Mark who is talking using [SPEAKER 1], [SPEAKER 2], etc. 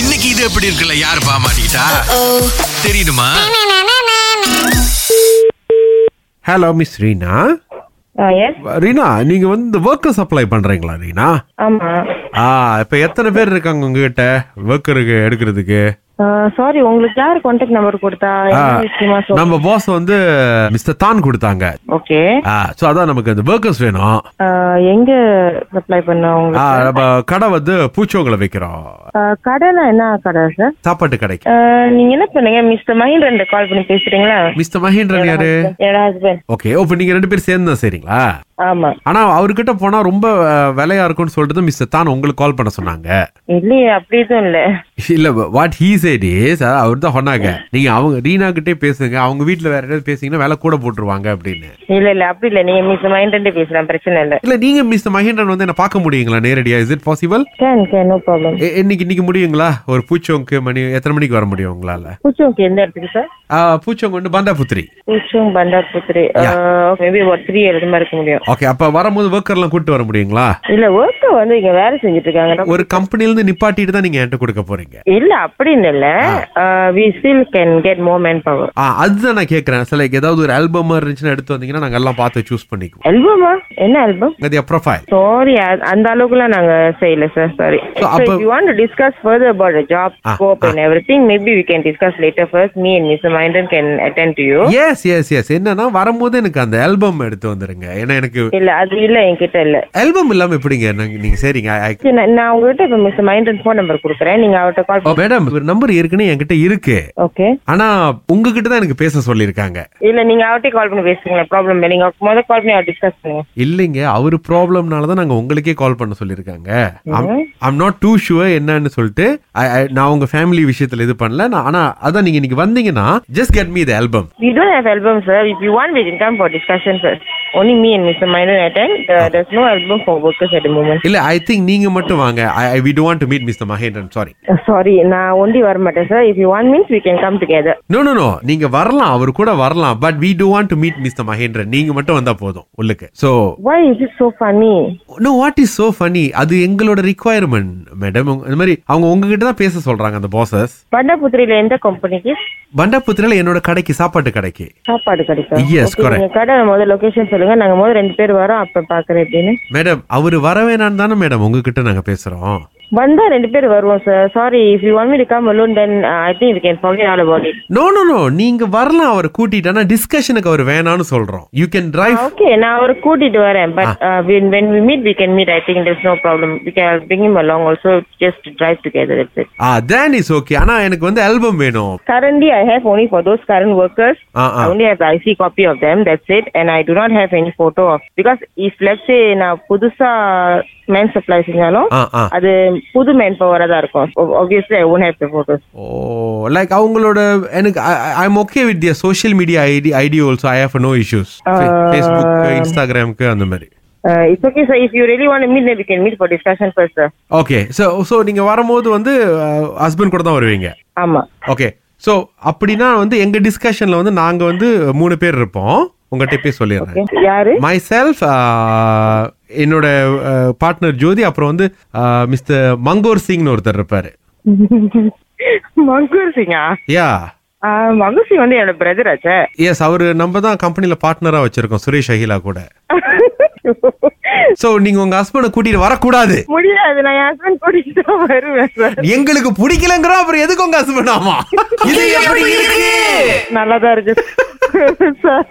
[SPEAKER 1] இன்னைக்கு இது எப்படி இருக்குல்ல யாரு பாமாட்டா தெரியுமா
[SPEAKER 2] hello miss Reena
[SPEAKER 3] yes
[SPEAKER 2] Reena நீங்க வந்து ஒர்க்கர்ஸ் அப்ளை பண்றீங்களா ரீனா
[SPEAKER 3] ஆமா
[SPEAKER 2] ஆ இப்ப எத்தனை பேர் இருக்காங்க உங்ககிட்ட ஒர்க்கருக்கு எடுக்கிறதுக்கு
[SPEAKER 3] சாரி உங்களுக்கு யாரு கான்டாக்ட் நம்பர் கொடுத்தா என்ன விஷயமா
[SPEAKER 2] நம்ம பாஸ் வந்து மிஸ்டர் தான் கொடுத்தாங்க
[SPEAKER 3] ஓகே
[SPEAKER 2] ஆ சோ அதான் நமக்கு அந்த ஒர்க்கர்ஸ் வேணும்
[SPEAKER 3] எங்க அப்ளை பண்ண
[SPEAKER 2] ஆ,
[SPEAKER 3] உங்களுக்கு
[SPEAKER 2] நம்ம கடை வந்து பூச்சோங்களை வைக்கிறோம்
[SPEAKER 3] Uh, கடைனா என்ன கடை சார்
[SPEAKER 2] சாப்பாட்டு கடைக்கு
[SPEAKER 3] நீங்க என்ன பண்ணுங்க மிஸ்டர் மஹிந்திரன் கால் பண்ணி பேசுறீங்களா
[SPEAKER 2] மிஸ்டர் மகேந்திரன் யாரு
[SPEAKER 3] என்னோட ஹஸ்பண்ட்
[SPEAKER 2] ஓகே இப்ப நீங்க ரெண்டு பேரும் சேர்ந்து தான் சரிங்களா
[SPEAKER 3] ஆமா
[SPEAKER 2] ஆனா அவர்கிட்ட போனா ரொம்ப அஹ், விலையா இருக்கும்னு சொல்லிட்டு மிஸ்டர் தான் உங்களுக்கு கால் பண்ண சொன்னாங்க
[SPEAKER 3] இல்லையே அப்படி எதுவும் இல்ல
[SPEAKER 2] இல்ல வாட் ஹீ சைட் இஸ் அவர் தான் சொன்னாங்க நீங்க அவங்க ரீனா கிட்டே பேசுங்க அவங்க வீட்ல வேற ஏதாவது பேசிங்கன்னா வேலை கூட போட்டுருவாங்க அப்படின்னு
[SPEAKER 3] இல்ல இல்ல அப்படி இல்ல நீங்க மிஸ்டர் மஹிந்திரன் பேசலாம் பிரச்சனை இல்ல
[SPEAKER 2] இல்ல நீங்க மிஸ் மகேந்திரன் வந்து என்ன பார்க்க முடியுங்களா நேரடியா is it possible
[SPEAKER 3] can can no problem
[SPEAKER 2] இன்னைக்கு இன்னைக்கு முடியுங்களா ஒரு பூச்சோங்கு மணி எத்தனை மணிக்கு வர முடியும் உங்களால
[SPEAKER 3] பூச்சோங்க எந்த இடத்துக்கு சார்
[SPEAKER 2] ஆஹ், பூச்சோங்கு வந்து பந்தாபுத்திரி
[SPEAKER 3] பூச்சோங் பண்டார் புத்திரி மேபி ஒரு த்ரீ எழுத மாதிரி இருக்க முடியும்
[SPEAKER 2] ஓகே அப்ப வரும்போது ஒர்க்கர்லாம் கூட்டு வர முடியுங்களா
[SPEAKER 3] இல்ல ஒர்க்க வந்து இங்க வேலை செஞ்சுட்டு இருக்காங்க
[SPEAKER 2] ஒரு கம்பெனில இருந்து நிப்பாட்டிட்டு தான் நீங்க என்கிட்ட கொடுக்க போறீங்க
[SPEAKER 3] இல்ல அப்படின்னு இல்ல we still can get more manpower
[SPEAKER 2] ஆ அதுதான் நான் கேக்குறேன் சில ஏதாவது ஒரு ஆல்பமா இருந்துச்சுன்னா எடுத்து வந்தீங்கன்னா நாங்க எல்லாம் பார்த்து சூஸ் பண்ணிக்குவோம்
[SPEAKER 3] ஆல்பமா என்ன ஆல்பம்
[SPEAKER 2] அது என் ப்ரொஃபைல்
[SPEAKER 3] சாரி அந்த அளவுக்குலாம் நாங்க செய்யல சார் சாரி
[SPEAKER 2] So, அப்ப-
[SPEAKER 3] you want to discuss further about job scope and everything maybe we can discuss later first me and miss மைண்டன் can attend to you
[SPEAKER 2] yes yes yes என்னன்னா வரும்போது எனக்கு அந்த album எடுத்து வந்துருங்க ஏன்னா எனக்கு
[SPEAKER 3] இல்ல அது இல்ல என்கிட்ட இல்ல
[SPEAKER 2] ஆல்பம் இல்லாம எப்படிங்க நாங்க- நீங்க சரிங்க I- I-
[SPEAKER 3] சரி, நான் நான் உங்ககிட்ட இப்ப மிஸ் மைண்டன் ஃபோன் நம்பர் கொடுக்குறேன் நீங்க அவர்கிட்ட கால்
[SPEAKER 2] மேடம் oh, ஒரு நம்பர் இருக்குன்னு என்கிட்ட இருக்கு
[SPEAKER 3] ஓகே
[SPEAKER 2] ஆனா உங்ககிட்ட தான் எனக்கு பேச சொல்லியிருக்காங்க
[SPEAKER 3] இல்ல நீங்க அவர்கிட்ட கால் பண்ணி பேசுங்களேன் ப்ராப்ளம் இல்லை நீங்க முதல் கால் பண்ணி அவர் டிஸ்கஸ் பண்ணுங்க
[SPEAKER 2] இல்லைங்க அவரு ப்ராப்ளம்னால தான் நாங்க உங்களுக்கே கால் பண்ண சொல்லியிருக்காங்க ஐம் நாட் டூ ஷுவர் என்னன்னு சொல்லிட்டு I- I- நான் உங்க ஃபேமிலி விஷயத்துல இது பண்ணல நான் ஆனா அதான் நீங்க இன்னைக்கு வந்தீங்கன்னா just get me the album
[SPEAKER 3] We don't have album, sir. If you want, we can come for discussion first. Only me and Mr. Minor attend. Uh, There's no album for workers at the moment.
[SPEAKER 2] இல்ல I think நீங்க மட்டும் வாங்க I we don't to meet mister Mahendran sorry
[SPEAKER 3] Uh, sorry, நான் ஒண்டி வர மாட்டேன் sir if you want means we can come together
[SPEAKER 2] no no no நீங்க வரலாம் அவர் கூட வரலாம் but we do want to meet mister Mahendran நீங்க மட்டும் வந்தா போதும் உள்ளுக்கு so
[SPEAKER 3] why is it so funny
[SPEAKER 2] no what is so funny அது எங்களோட ரிக்குவயர்மெண்ட் மேடம் இந்த மாதிரி அவங்க உங்ககிட்ட தான் பேச சொல்றாங்க அந்த பாசஸ்
[SPEAKER 3] பண்டபுத்திரியில எந்த கம்பெனிக்கு
[SPEAKER 2] பண்டாபுத்திரில என்னோட கடைக்கு சாப்பாட்டு கடைக்கு
[SPEAKER 3] சாப்பாடு கிடைக்கும்
[SPEAKER 2] Yes,
[SPEAKER 3] Okay,
[SPEAKER 2] correct.
[SPEAKER 3] நீங்க கடை முதல்ல லொகேஷன் சொல்லுங்க நாங்க முதல்ல ரெண்டு பேர் வரோம் அப்ப பாக்குறேன் அப்படின்னு
[SPEAKER 2] மேடம் அவர் வர வேணாம்னு தானே மேடம் உங்ககிட்ட நாங்க பேசுறோம்
[SPEAKER 3] வந்தா ரெண்டு பேர் வருவோம் sir sorry if you want me to come alone then I think we can forget all about it
[SPEAKER 2] no no no நீங்க வரலாம் அவர் கூட்டிட்டானா டிஸ்கஷனுக்கு அவர் வேணாம்னு சொல்றோம் யூ கேன் டிரைவ்
[SPEAKER 3] ஓகே நான் அவரை கூட்டிட்டு வரேன் but when when we meet we can meet i think there's no problem we can I'll bring him along also just to drive together that's it
[SPEAKER 2] ah then is okay ஆனா எனக்கு வந்து album வேணும்
[SPEAKER 3] currently i have only for those current workers
[SPEAKER 2] ஆ ஆ
[SPEAKER 3] I only have the IC copy of them, that's it, and I do not have any photo of because if let's say நான் புதுசா men supply செஞ்சாலும்
[SPEAKER 2] ஆ ஆ
[SPEAKER 3] அது புது man பவரா தான் இருக்கும் obviously I won't have the photos.
[SPEAKER 2] Oh like அவங்களோட எனக்கு I'm okay with their social media ID ID also I have no issues Facebook இன்ஸ்டாகிராமுக்கு அந்த மாதிரி
[SPEAKER 3] Uh, it's okay sir, if you really want to meet then we can meet for discussion first sir.
[SPEAKER 2] Okay so so நீங்க வரும்போது வந்து husband கூட தான் வருவீங்க
[SPEAKER 3] ஆமா
[SPEAKER 2] ஓகே ஸோ அப்படின்னா வந்து எங்க டிஸ்கஷன்ல வந்து நாங்க வந்து மூணு பேர் இருப்போம் உங்ககிட்ட போய் சொல்லிடுறேன்
[SPEAKER 3] Okay. யாரு
[SPEAKER 2] மை செல்ஃப் uh, என்னோட பார்ட்னர் ஜோதி அப்புறம் வந்து uh, மிஸ்டர் மங்கோர் சிங்னு ஒருத்தர் இருப்பாரு
[SPEAKER 3] மங்கூர் சிங்கா
[SPEAKER 2] யா
[SPEAKER 3] மங்கூர் சிங் வந்து என்னோட பிரதர் ஆச்சே
[SPEAKER 2] எஸ் அவரு நம்ம தான் கம்பெனில பார்ட்னரா வச்சிருக்கோம் சுரேஷ் அகிலா கூட சோ நீங்க உங்க ஹஸ்பண்ட கூட்டிட்டு வரக்கூடாது
[SPEAKER 3] முடியாது நான் என் ஹஸ்பண்ட் கூட்டிட்டு தான் வருவேன் சார்
[SPEAKER 2] எங்களுக்கு பிடிக்கலங்கிறோம் அப்புறம் எதுக்கு உங்க ஹஸ்பண்ட் ஆமா இது எப்படி இருக்கு
[SPEAKER 3] நல்லா தான் இருக்கு சார்